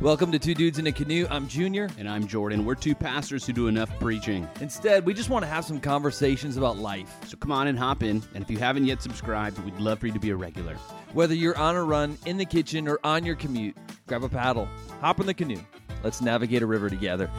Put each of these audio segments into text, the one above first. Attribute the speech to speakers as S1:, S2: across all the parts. S1: Welcome to Two Dudes in a Canoe. I'm Junior.
S2: And I'm Jordan. We're two pastors who do enough preaching.
S1: Instead, we just want to have some conversations about life.
S2: So come on and hop in. And if you haven't yet subscribed, we'd love for you to be a regular.
S1: Whether you're on a run, in the kitchen, or on your commute, grab a paddle, hop in the canoe. Let's navigate a river together.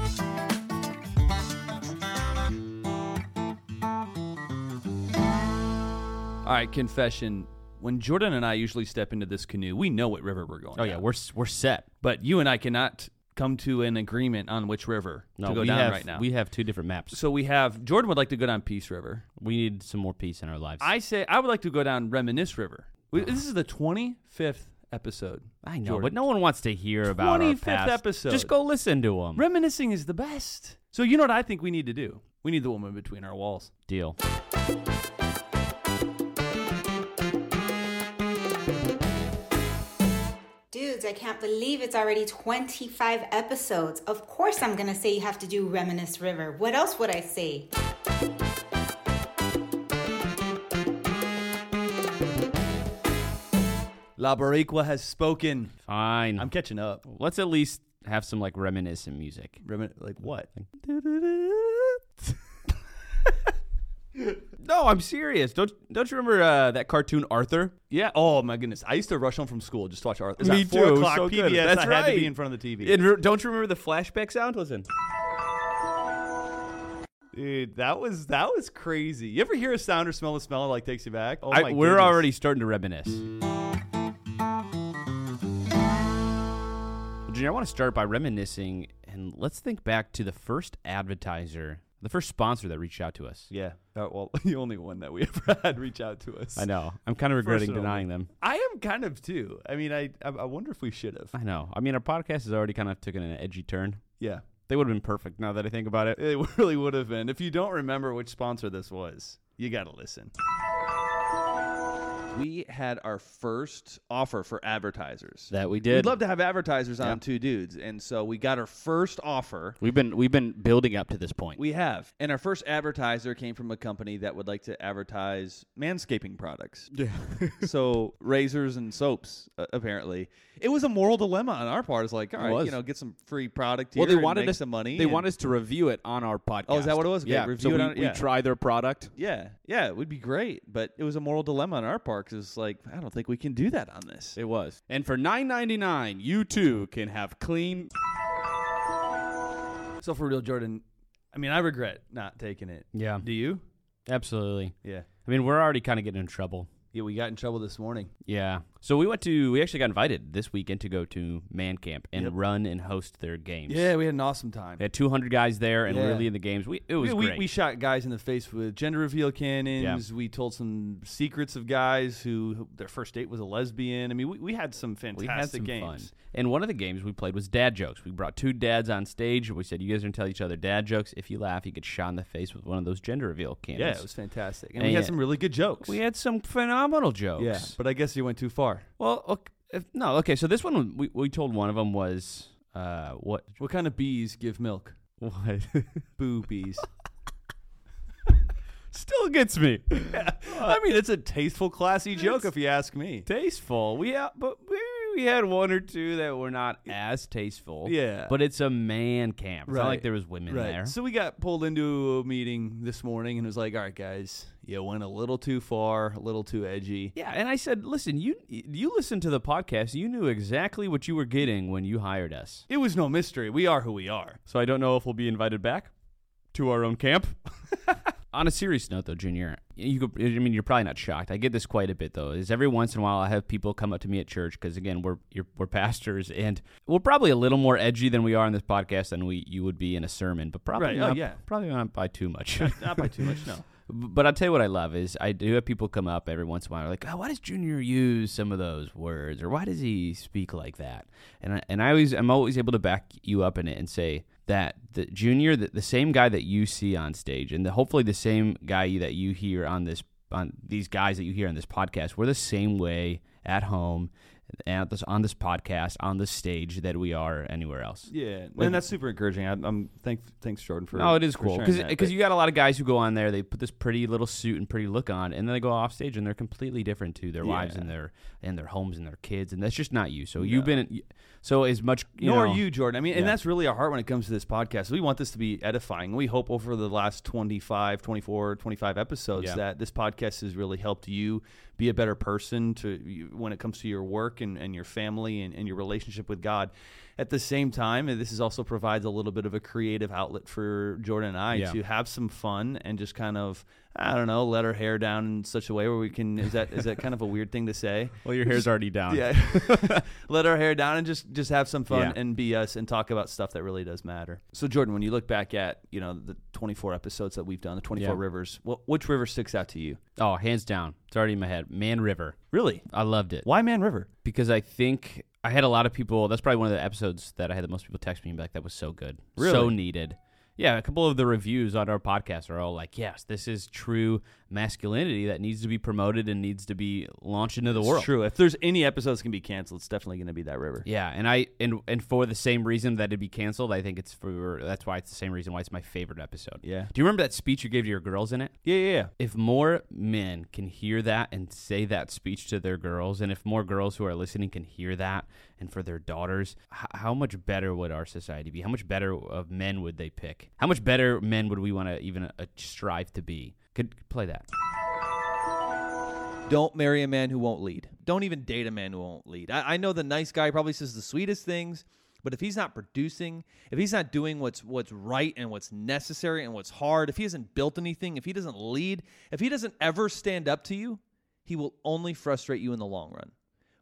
S3: All right, confession. When Jordan and I usually step into this canoe, we know what river we're going.
S2: Oh, yeah,
S3: down.
S2: we're, s- we're set.
S3: but you and I cannot come to an agreement on which river to go
S2: we
S3: down
S2: have,
S3: right now.
S2: We have two different maps.
S3: so we have Jordan would like to go down Peace River.
S2: We need some more peace in our lives.
S3: I say I would like to go down Reminisce River. We, this is the twenty fifth episode.
S2: I know,
S3: Jordan.
S2: but no one wants to hear about our
S3: 25th
S2: past.
S3: episode.
S2: Just go listen to them.
S3: Reminiscing is the best. So you know what I think we need to do? We need the woman between our walls.
S2: Deal.
S4: Dudes, I can't believe it's already 25 episodes. Of course, I'm gonna say you have to do Reminisce River. What else would I say?
S3: La Barriqua has spoken.
S2: Fine.
S3: I'm catching up.
S2: Let's at least have some like reminiscent music.
S3: Remin- like what?
S2: No, I'm serious. Don't don't you remember uh, that cartoon Arthur?
S3: Yeah. Oh my goodness. I used to rush home from school just to watch Arthur. It was
S2: Me
S3: at four
S2: too. It was
S3: o'clock
S2: so
S3: PBS.
S2: good. That's
S3: I had to
S2: right.
S3: be in front of the TV.
S2: And re- don't you remember the flashback sound? Listen.
S3: Dude, that was that was crazy. You ever hear a sound or smell a smell that, like takes you back? Oh
S2: I-
S3: my
S2: we're
S3: goodness.
S2: already starting to reminisce. Well, Junior, I want to start by reminiscing and let's think back to the first advertiser, the first sponsor that reached out to us.
S3: Yeah. Uh, well, the only one that we ever had reach out to us.
S2: I know. I'm kind of regretting
S3: and only.
S2: denying them.
S3: I am kind of too. I mean, I I, I wonder if we should have.
S2: I know. I mean, our podcast has already kind of taken an edgy turn.
S3: Yeah.
S2: They would have been perfect now that I think about it.
S3: It really would have been. If you don't remember which sponsor this was, you got to listen.
S1: We had our first offer for advertisers.
S2: That we
S1: We'd
S2: did.
S1: love to have advertisers on Two Dudes. And so we got our first offer.
S2: We've been we've been building up to this point.
S1: We have. And our first advertiser came from a company that would like to advertise manscaping products. Yeah. so razors and soaps, uh, apparently. It was a moral dilemma on our part. It's like, all right,
S2: was.
S1: you know, get some free product here.
S5: Well, they
S1: and
S5: wanted
S1: make
S5: us
S1: some money.
S5: They
S1: and-
S5: want us to review it on our podcast.
S1: Oh, is that what it was? Okay,
S5: yeah.
S1: review
S5: so
S1: it
S5: we,
S1: on-
S5: we
S1: yeah.
S5: try their product.
S1: Yeah, yeah, it would be great, but it was a moral dilemma on our part because it's like I don't think we can do that on this.
S5: It was. And for nine ninety nine, you too can have clean.
S3: So for real, Jordan, I mean, I regret not taking it.
S2: Yeah.
S3: Do you?
S2: Absolutely.
S3: Yeah.
S2: I mean, we're already kind of getting in trouble.
S3: Yeah, we got in trouble this morning.
S2: Yeah. So we went to we actually got invited this weekend to go to Man Camp and
S3: Yep.
S2: run and host their games.
S3: Yeah, we had an awesome time.
S2: They had 200 guys there and we
S3: Yeah.
S2: were leading the games. We it was
S3: we, we-
S2: great.
S3: We, shot guys in the face with gender reveal cannons. We told some secrets of guys who, who their first date was a lesbian. I mean, we, we had some
S2: We
S3: fantastic
S2: had some
S3: games.
S2: fun. And one of the games we played was dad jokes. We brought two dads on stage. We said, "You guys are gonna tell each other dad jokes. If you laugh, you get shot in the face with one of those gender reveal
S3: Yeah,
S2: cannons."
S3: it was fantastic, and,
S2: And
S3: we had
S2: yeah.
S3: some really good jokes.
S2: we had some phenomenal jokes.
S3: yeah, but I guess you went too far.
S2: Well, ok- if, no, okay. So this one we, we told one of them was uh, what?
S3: What kind of bees give milk?
S2: What?
S3: Boo bees.
S2: Still gets me.
S3: I mean, it's a tasteful, classy joke, if you ask me.
S2: tasteful. We ha- but we, we had one or two that were not as tasteful.
S3: Yeah.
S2: But it's a man camp. It's not like
S3: Right.
S2: there was women
S3: right.
S2: there.
S3: So we got pulled into a meeting this morning, and it was like, "All right, guys, you went a little too far, a little too edgy."
S2: yeah, and I said, "Listen, you you listened to the podcast. You knew exactly what you were getting when you hired us.
S3: It was no mystery. We are who we are.
S2: So I don't know if we'll be invited back to our own camp." On a serious note, though, Junior, you could, I mean, you're probably not shocked. I get this quite a bit, though. Is every once in a while I have people come up to me at church because, again, we're you're, we're pastors and we're probably a little more edgy than we are in this podcast than we you would be in a sermon, but probably
S3: Right. Oh,
S2: not,
S3: yeah.
S2: probably not by too much.
S3: Not by too much, no.
S2: But I'll tell you what I love is I do have people come up every once in a while like, oh, why does Junior use some of those words or why does he speak like that? And I, and I always I'm always able to back you up in it and say that the Junior the, the same guy that you see on stage and the, hopefully the same guy that you hear on this on these guys that you hear on this podcast we're the same way at home at this on this podcast on this stage that we are anywhere else.
S3: Yeah, and that's super encouraging. I, I'm thank thanks Jordan for.
S2: No, it is
S3: for
S2: cool
S3: sharing
S2: because
S3: that.
S2: you got a lot of guys who go on there. They put this pretty little suit and pretty look on, and then they go off stage and they're completely different to their wives and their and their homes and their kids, and that's just not you. So you've been so as much. You
S3: Nor
S2: know,
S3: you, Jordan. I mean, and
S2: Yeah.
S3: that's really our heart when it comes to this podcast. We want this to be edifying. We hope over the last 25, 24, 25 episodes
S2: Yeah.
S3: that this podcast has really helped you be a better person to you, when it comes to your work and, and your family and, and your relationship with God. At the same time, and this is also provides a little bit of a creative outlet for Jordan and I
S2: Yeah.
S3: to have some fun and just kind of, I don't know, let our hair down in such a way where we can. Is that is that kind of a weird thing to say?
S2: Well, your hair's already down.
S3: Yeah. Let our hair down and just just have some fun
S2: Yeah.
S3: and be us and talk about stuff that really does matter. So Jordan, when you look back at, you know, the 24 episodes that we've done, the 24
S2: Yeah.
S3: rivers, what which river sticks out to you?
S2: Oh, hands down, it's already in my head. Man River,
S3: Really?
S2: I loved it.
S3: Why Man River?
S2: because I think I had a lot of people. That's probably one of the episodes that I had the most people text me and be like, "That was so good, so
S3: Really?
S2: needed." Yeah, a couple of the reviews on our podcast are all like, "Yes, this is true masculinity that needs to be promoted and needs to be launched into the world."
S3: It's true. If there's any episodes that can be canceled, it's definitely going to be that river.
S2: Yeah, and I and and for the same reason that it'd be canceled, I think it's for that's why it's the same reason why it's my favorite episode.
S3: Yeah.
S2: Do you remember that speech you gave to your girls in it?
S3: Yeah, yeah, yeah.
S2: if more men can hear that and say that speech to their girls, and if more girls who are listening can hear that and for their daughters, h- how much better would our society be? How much better of men would they pick? How much better men would we want to even uh, strive to be? Could play that.
S1: Don't marry a man who won't lead. Don't even date a man who won't lead. I, I know the nice guy probably says the sweetest things, but if he's not producing, if he's not doing what's what's right and what's necessary and what's hard, if he hasn't built anything, if he doesn't lead, if he doesn't ever stand up to you, he will only frustrate you in the long run.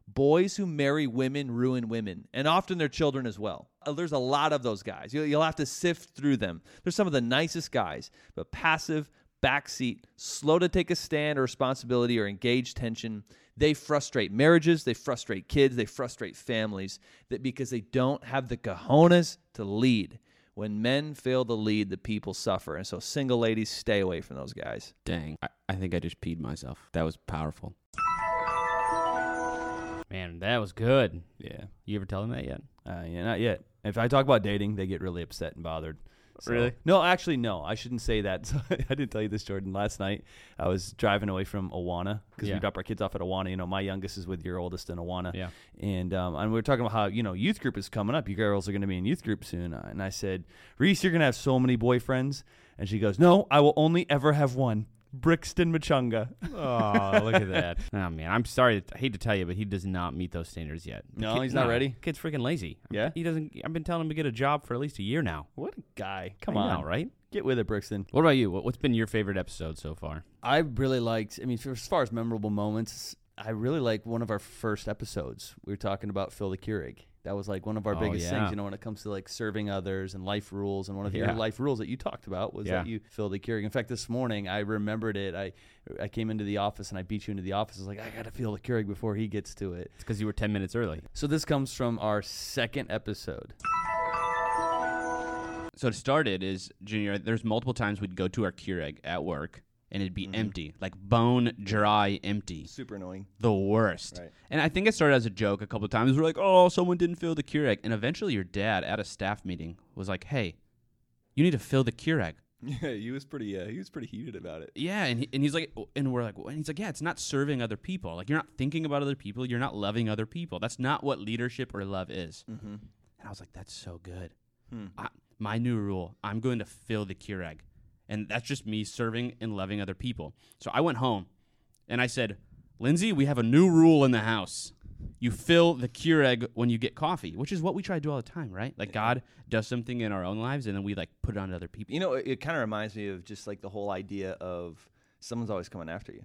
S1: Boys who marry women ruin women, and often their children as well. Uh, There's a lot of those guys. You'll, you'll have to sift through them. They're some of the nicest guys, but passive, backseat, slow to take a stand or responsibility or engage tension. They frustrate marriages, they frustrate kids, they frustrate families that because they don't have the cojones to lead. When men fail to lead, the people suffer. And so, single ladies, stay away from those guys.
S5: Dang. I, I think I just peed myself. That was powerful.
S2: Man, that was good.
S3: Yeah.
S2: You ever tell them that yet?
S3: Uh, yeah, not yet. If I talk about dating, they get really upset and bothered. So-
S2: Really?
S3: No, actually, no. I shouldn't say that. So I didn't tell you this, Jordan. Last night, I was driving away from Awana because
S2: Yeah.
S3: we drop our kids off at Awana. You know, my youngest is with your oldest in Awana.
S2: Yeah.
S3: And um, and we were talking about how you know youth group is coming up. You girls are going to be in youth group soon. Uh, And I said, Reese, you're going to have so many boyfriends. And she goes, No, I will only ever have one. Brixton Machunga.
S2: Oh, look at that. Oh man, I'm sorry. I hate to tell you, but he does not meet those standards yet. The
S3: No, he's not ready?
S2: Kid's freaking lazy.
S3: Yeah?
S2: he doesn't. I've been telling him to get a job for at least a year now.
S3: What a guy! Come
S2: I
S3: on,
S2: know, right?
S3: Get with it, Brixton.
S2: What about you? What- What's been your favorite episode so far?
S3: I really liked. I mean, for, as far as memorable moments, I really like one of our first episodes. We were talking about Phil the Keurig. That was like one of our
S2: Oh,
S3: biggest
S2: yeah.
S3: things, you know, when it comes to like serving others and life rules. And one of
S2: Yeah.
S3: your life rules that you talked about was
S2: Yeah.
S3: that you Phil the Keurig. In fact, this morning I remembered it. I I came into the office and I beat you into the office. I was like, I gotta feel the Keurig before he gets to it.
S2: It's because you were ten minutes early.
S3: So this comes from our second episode.
S5: So it started is junior. There's multiple times we'd go to our Keurig at work and it'd be empty, like bone dry empty.
S1: Super annoying.
S5: the worst. And I think it started as a joke a couple times. We're like, oh, someone didn't fill the Keurig. And eventually your dad at a staff meeting was like, hey, you need to fill the Keurig.
S1: Yeah, he was pretty. Uh, he was pretty heated about it.
S5: Yeah. And, he, and he's like, and we're like, and he's like, yeah, it's not serving other people. Like, you're not thinking about other people. You're not loving other people. That's not what leadership or love is. And I was like, that's so good. I, my new rule I'm going to fill the Keurig. And that's just me serving and loving other people. So I went home and I said, Lindsay, we have a new rule in the house. You fill the Keurig when you get coffee, which is what we try to do all the time, right? Like God does something in our own lives and then we like put it on to other people.
S1: You know, it, it kind of reminds me of just like the whole idea of someone's always coming after you.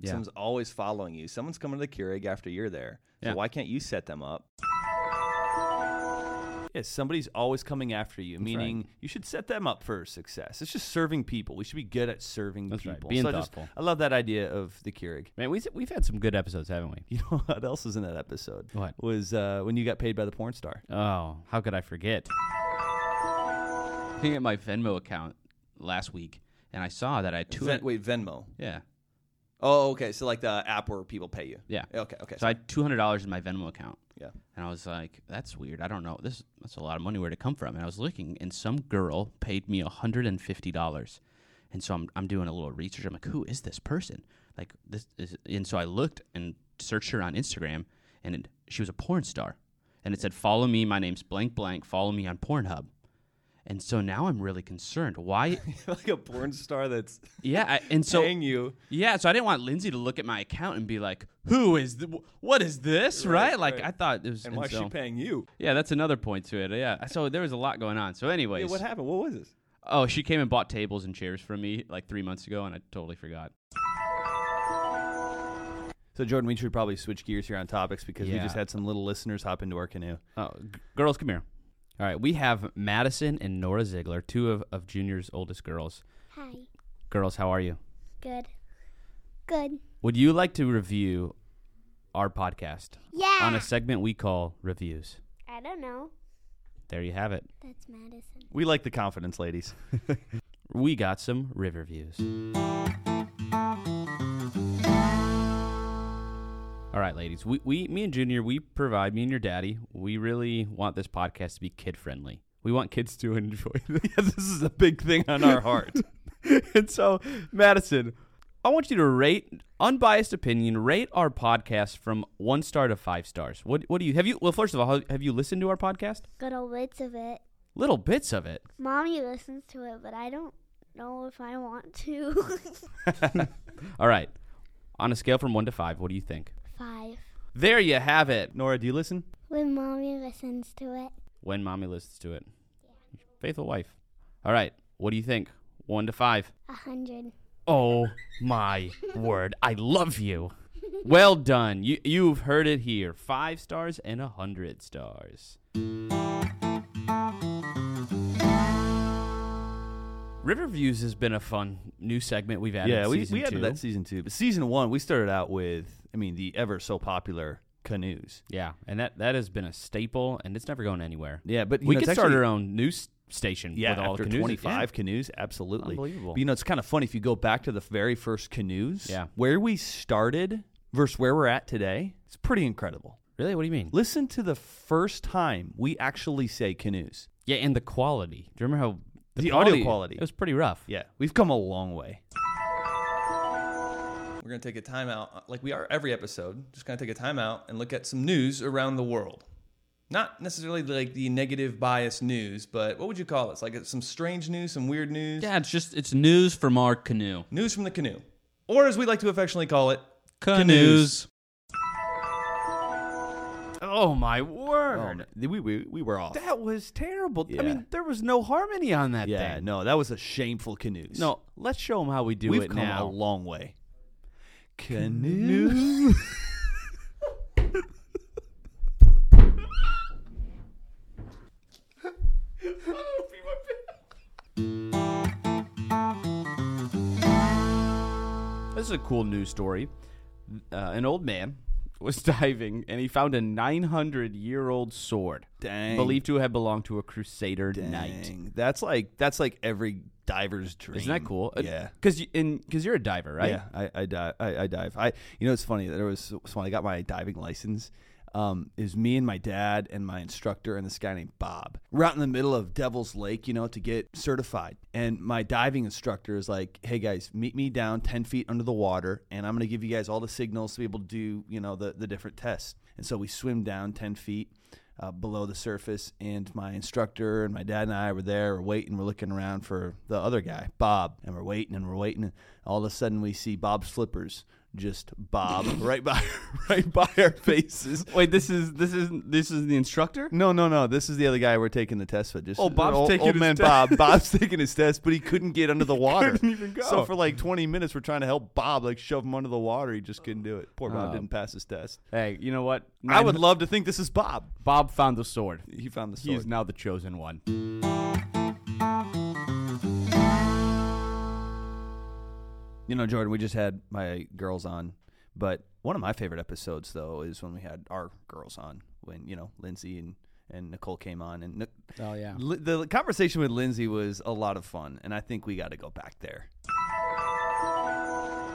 S5: Yeah.
S1: Someone's always following you. Someone's coming to the Keurig after you're there. So
S5: Yeah.
S1: why can't you set them up?
S3: Yes, somebody's always coming after you, meaning you should set them up for success. It's just serving people. We should be good at serving
S2: That's right,
S3: people.
S2: being
S3: so I just-
S2: thoughtful.
S3: I love that idea of the Keurig.
S2: Man, we've we've had some good episodes, haven't we?
S3: You know what else was in that episode?
S2: What?
S3: Was uh, when you got paid by the porn star.
S2: Oh, how could I forget?
S5: looking at my Venmo account last week and I saw that I had two
S1: Ven- wait, Venmo.
S5: Yeah.
S1: Oh, okay. So like the app where people pay you.
S5: Yeah.
S1: Okay. Okay.
S5: So I had two hundred dollars in my Venmo account.
S1: Yeah.
S5: And I was like, that's weird. I don't know. This that's a lot of money where to come from. And I was looking and some girl paid me hundred and fifty dollars. And so I'm I'm doing a little research. I'm like, who is this person? Like this is and so I looked and searched her on Instagram and it, she was a porn star. And it said, Follow me, my name's blank blank, follow me on Pornhub. And so now I'm really concerned. Why
S1: like a porn star that's
S5: yeah, I, and so
S1: paying you.
S5: yeah, so I didn't want Lindsay to look at my account and be like, "Who is th- wh- what is this?" Right?
S1: Right,
S5: Like
S1: right.
S5: I thought it was.
S1: And
S5: and
S1: why is she
S5: so-
S1: paying you?
S5: yeah, that's another point to it. Yeah, so there was a lot going on. So, anyways,
S1: Yeah, what happened? What was this?
S5: oh, she came and bought tables and chairs from me like three months ago, and I totally forgot.
S3: So Jordan, we should probably switch gears here on topics because we
S2: Yeah.
S3: just had some little listeners hop into our canoe.
S2: Oh, g- girls, come here. All right, we have Madison and Nora Ziegler, two of, of Junior's oldest girls.
S6: Hi.
S2: Girls, how are you?
S6: Good. Good.
S2: Would you like to review our podcast
S6: Yeah.
S2: on a segment we call Reviews?
S6: I don't know.
S2: There you have it.
S6: That's Madison.
S3: We like the confidence, ladies.
S2: We got some river views. All right, ladies. We, we, me and Junior, we provide me and your daddy. We really want this podcast to be kid friendly. We want kids to enjoy this.
S3: this is a big thing on our heart.
S2: and so, Madison, I want you to rate unbiased opinion. Rate our podcast from one star to five stars. What What do you have? You well, first of all, have- have you listened to our podcast?
S6: Little bits of it.
S2: Little bits of it.
S6: Mommy listens to it, but I don't know if I want to.
S2: All right. On a scale from one to five, what do you think?
S6: Five.
S2: There you have it.
S3: Nora, do you listen?
S6: When mommy listens to it,
S2: When mommy listens to it, faithful wife. All right. What do you think? One to five.
S6: a hundred.
S2: Oh my word! I love you. Well done. You you've heard it here. Five stars and a hundred stars. River Views has been a fun new segment we've added.
S3: yeah, we,
S2: season
S3: we added
S2: two.
S3: that season two. But season one, we started out with, I mean, the ever so popular canoes.
S2: Yeah, and that that has been a staple, and it's never going anywhere.
S3: Yeah, but you
S2: we
S3: know,
S2: could
S3: it's
S2: start
S3: actually-
S2: our own news station
S3: Yeah,
S2: with all
S3: after
S2: the canoes.
S3: 25 canoes, absolutely.
S2: Unbelievable.
S3: But, you know, it's kind of funny if you go back to the very first canoes,
S2: Yeah.
S3: where we started versus where we're at today, it's pretty incredible.
S2: Yeah. Really? What do you mean?
S3: Listen to the first time we actually say canoes.
S2: Yeah, and the quality. Do you remember how
S3: The audio quality.
S2: It was pretty rough.
S3: Yeah, we've come a long way.
S1: We're going to take a timeout, uh, like we are every episode, just going to take a timeout and look at some news around the world. Not necessarily like the negative bias news, but what would you call this? Like some strange news, some weird news?
S5: Yeah, it's just it's news from our canoe.
S1: News from the canoe. Or as we like to affectionately call it,
S7: Uh,
S5: Canoes.
S2: Oh my word!
S3: we, we, we were off.
S2: That was terrible.
S3: Yeah.
S2: I mean, there was no harmony on that
S3: yeah,
S2: thing.
S3: no, that was a shameful canoes.
S2: No, let's show them how we do
S3: we've
S2: it
S3: come a
S2: now.
S3: long way. Canoes.
S2: This is a cool news story. Uh, an old man was diving and he found a 900 year old sword,
S3: Dang.
S2: believed to have belonged to a Crusader knight.
S3: Dang. That's like that's like every diver's dream.
S2: Isn't that cool?
S5: Uh,
S3: Yeah.
S2: because you, and because you're a diver, right?
S3: Yeah, I, I dive. I, I dive. I you know it's funny. There was so when I got my diving license. Um, it was me and my dad and my instructor and this guy named Bob. We're out in the middle of Devil's Lake, you know, to get certified. And my diving instructor is like, "Hey guys, meet me down ten feet under the water, and I'm gonna give you guys all the signals to be able to do, you know, the the different tests." And so we swim down ten feet uh, below the surface, and my instructor and my dad and I were there. We're waiting. We're looking around for the other guy, Bob, and we're waiting and we're waiting. And all of a sudden, we see Bob's flippers just bob right by right by our faces.
S2: Wait, this is this is this is the instructor.
S3: No, no, no. This is the other guy we're taking the test with. Just
S2: Oh, Bob's
S3: old,
S2: taking
S3: old
S2: his
S3: man
S2: test.
S3: Bob. Bob's taking his test, but he couldn't get under the water.
S2: couldn't even go.
S3: So for like 20 minutes, we're trying to help Bob, like shove him under the water. He just couldn't do it. Poor Bob
S2: Oh.
S3: didn't pass his test.
S2: Hey, you know what?
S3: I would love to think this is Bob.
S2: Bob found the sword.
S3: He found the
S2: He
S3: sword.
S2: is now the chosen one.
S3: You know, Jordan, we just had my girls on, but one of my favorite episodes though is when we had our girls on when you know Lindsay and and Nicole came on, and Nic-
S2: Oh yeah.
S3: Li- the conversation with Lindsay was a lot of fun, and I think we got to go back there.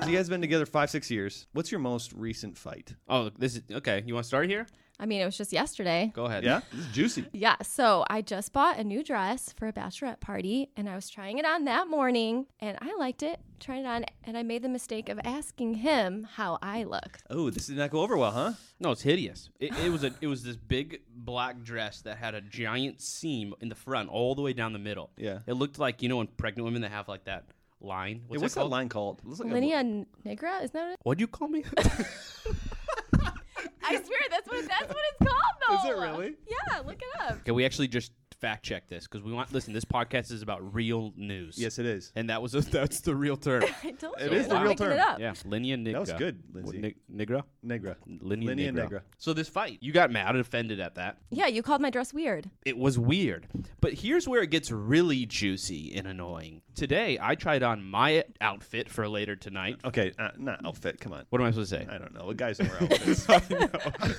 S1: So you guys been together five, six years. What's your most recent fight?
S5: Oh, this is okay. You want to start here?
S8: I mean, it was just yesterday.
S5: Go ahead.
S1: Yeah, this is juicy.
S8: Yeah, so I just bought a new dress for a bachelorette party and I was trying it on that morning and I liked it, tried it on, and I made the mistake of asking him how I looked.
S1: Oh, this did not go over well, huh?
S5: No, it's hideous. It, it was a it was this big black dress that had a giant seam in the front all the way down the middle.
S1: Yeah.
S5: It looked like you know when pregnant women that have like that line.
S1: Hey,
S5: What's,
S1: what's
S5: that
S1: that
S5: called?
S1: line called? It looks like a-
S8: Linea nigra, isn't that what it
S5: What'd you call me?
S8: I swear that's what that's what it's called
S1: Is
S8: though.
S1: it really?
S8: Yeah, look it up.
S5: okay, we actually just fact checked this because we want listen. This podcast is about real news.
S1: yes, it is.
S5: And that was a, that's the real term.
S8: I told
S1: It
S8: you.
S1: is
S8: I'm
S1: the
S8: not
S1: real
S8: making
S1: term.
S8: It up.
S5: yeah, linea nigra.
S1: That was good, Lindsay.
S5: Ni- nigra.
S1: Negra.
S5: Linea,
S1: Linea
S5: nigra.
S1: nigra.
S5: So this fight, you got mad and offended at that.
S8: Yeah, you called my dress weird.
S5: it was weird. But here's where it gets really juicy and annoying. Today, I tried on my outfit for later tonight.
S1: Okay, uh, not outfit. Come on.
S5: What am I supposed to say?
S1: I don't know. Guys don't wear outfits.
S5: I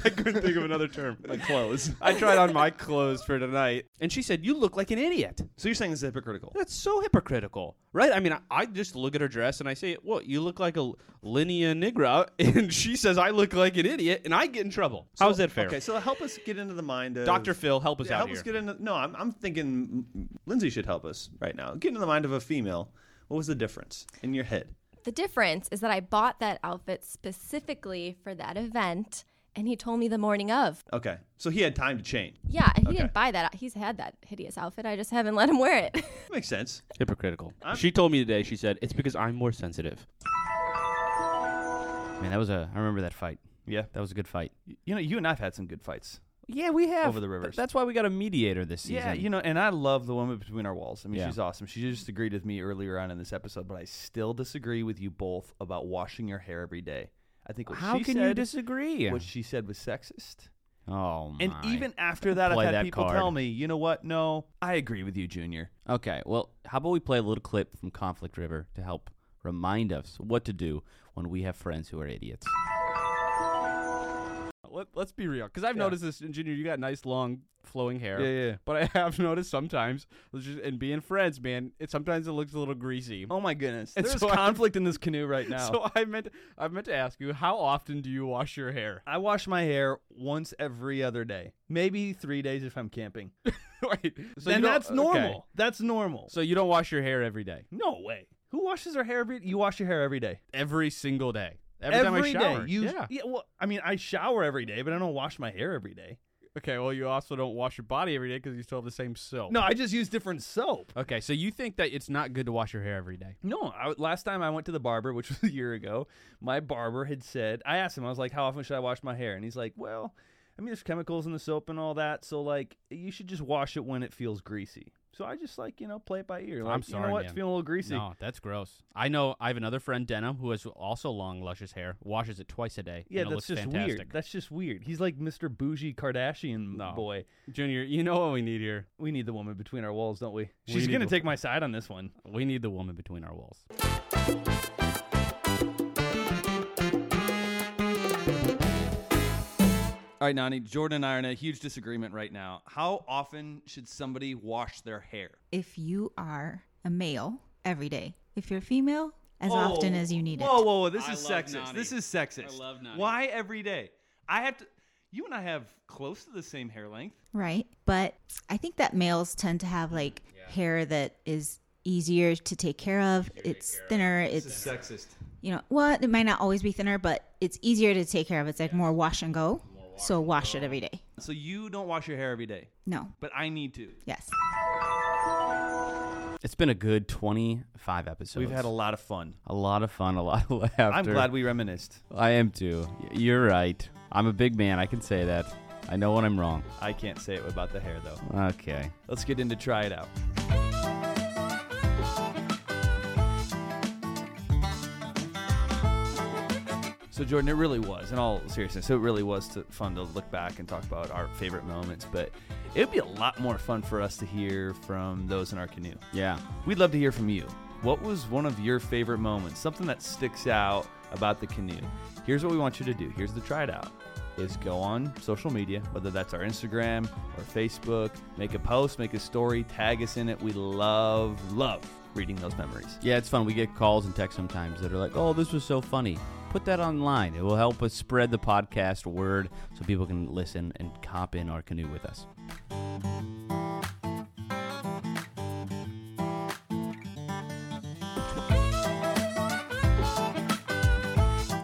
S5: couldn't think of another term.
S1: like clothes.
S2: I tried on my clothes for tonight.
S5: And she said, You look like an idiot.
S1: So you're saying this is hypocritical?
S5: That's so hypocritical, right? I mean, I, I just look at her dress and I say, What? You look like a linea nigra. And she says, I look like an idiot. And I get in trouble. How's that fair?
S1: Okay, so help us get into the mind of
S5: Dr. Phil, help us
S1: Yeah,
S5: out
S1: help
S5: here.
S1: us get into. No, I'm, I'm thinking mm, Lindsay should help us right now. Get into the mind of a female. What was the difference in your head?
S8: The difference is that I bought that outfit specifically for that event and he told me the morning of.
S1: Okay, so he had time to change.
S8: Yeah, and he
S1: Okay.
S8: didn't buy that. He's had that hideous outfit. I just haven't let him wear it.
S1: Makes sense.
S5: Hypocritical. she told me today, she said, It's because I'm more sensitive.
S2: Man, that was a. I remember that fight.
S3: Yeah.
S2: That was a good fight.
S3: You know, you and I've had some good fights.
S2: Yeah, we have
S3: Over the rivers.
S2: That's why we got a mediator this season.
S3: Yeah, you know, and I love the woman between our walls. I mean,
S2: Yeah.
S3: she's awesome. She just agreed with me earlier on in this episode, but I still disagree with you both about washing your hair every day. I think what
S2: how
S3: she
S2: can
S3: said,
S2: you disagree?
S3: What she said was sexist.
S2: oh my.
S3: And even after that, I've
S2: Play
S3: had
S2: that
S3: people
S2: card.
S3: tell me, you know what? No, I agree with you, Junior.
S2: Okay, well, how about we play a little clip from Conflict River to help remind us what to do when we have friends who are idiots. Let, let's be real, because I've
S3: Yeah.
S2: noticed this, Junior. You got nice, long, flowing hair.
S3: Yeah, yeah.
S2: But I have noticed sometimes, it's just- and being friends, man, it sometimes it looks a little greasy.
S3: Oh my goodness,
S2: And
S3: there's
S2: so I-
S3: conflict in this canoe right now.
S2: So I meant, I meant to ask you, how often do you wash your hair?
S3: I wash my hair once every other day, maybe three days if I'm camping.
S2: Wait, so
S3: then
S2: you don't-
S3: that's
S2: okay.
S3: normal. That's normal.
S2: So you don't wash your hair every day,
S3: no way. Who washes their hair every? You wash your hair every day.
S2: every single day, every, time I
S3: day.
S2: shower.
S3: You,
S2: yeah.
S3: Well, I mean, I shower every day, but I don't wash my hair every day.
S2: Okay, well, you also don't wash your body every day because you still have the same soap.
S3: No, I just use different soap.
S2: Okay, so you think that it's not good to wash your hair every day?
S3: No, I, last time I went to the barber, which was a year ago, my barber had said, I asked him, I was like, how often should I wash my hair? And he's like, well, I mean, there's chemicals in the soap and all that. So, like, you should just wash it when it feels greasy. So I just, like, you know, play it by ear. Like,
S2: I'm
S3: You
S2: sorry,
S3: know what? It's
S2: man.
S3: feeling a little greasy.
S2: No, that's gross. I know. I have another friend, Denim, who has also long, luscious hair. Washes it twice a day.
S3: Yeah,
S2: and it
S3: that's
S2: looks
S3: just
S2: fantastic.
S3: weird. That's just weird. He's like Mr. Bougie Kardashian
S2: No.
S3: boy.
S2: Junior, you know what we need here?
S3: We need the woman between our walls, don't we? She's
S2: need
S3: going to
S2: the-
S3: take my side on this one.
S2: We need the woman between our walls.
S7: All right, Nani, Jordan and I are in a huge disagreement right now. How often should somebody wash their hair?
S9: if you are a male every day. If you're a female, as often as you need
S7: Oh. whoa,
S9: it.
S7: Whoa, whoa, This
S5: I
S7: is
S5: love
S7: sexist.
S5: Nani.
S7: This is sexist.
S5: I love Nani.
S7: Why every day? I have to. You and I have close to the same hair length.
S9: Right. But I think that males tend to have like hair that is easier to take care of. It's thinner. It's,
S7: Sexist.
S9: you know, what? It might not always be thinner, but it's easier to take care of. It's like more wash and go. so wash it every day.
S7: So you don't wash your hair every day,
S9: No.
S7: but I need to.
S9: Yes.
S2: It's been a good 25 episodes.
S3: We've had a lot of fun.
S2: a lot of fun, a lot of laughter.
S3: I'm glad we reminisced.
S2: I am too. Y- You're right. I'm a big man. I can say that. I know when I'm wrong.
S3: I can't say it about the hair, though.
S2: Okay.
S3: Let's get into try it out. So Jordan, it really was, in all seriousness, it really was to, fun to look back and talk about our favorite moments. But it would be a lot more fun for us to hear from those in our canoe.
S2: Yeah.
S3: We'd love to hear from you. What was one of your favorite moments? Something that sticks out about the canoe? Here's what we want you to do. Here's the try it out. is go on social media, whether that's our Instagram or Facebook, make a post, make a story, tag us in it. We love, love reading those memories.
S2: Yeah, it's fun. We get calls and texts sometimes that are like, "Oh, this was so funny." Put that online. It will help us spread the podcast word so people can listen and cop in our canoe with us.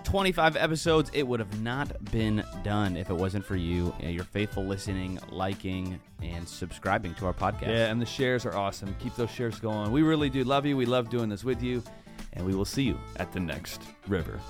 S2: Twenty-five episodes. It would have not been done if it wasn't for you, and your faithful listening, liking, and subscribing to our podcast.
S3: Yeah, and the shares are awesome. Keep those shares going. We really do love you. We love doing this with you. And we will see you at the next river.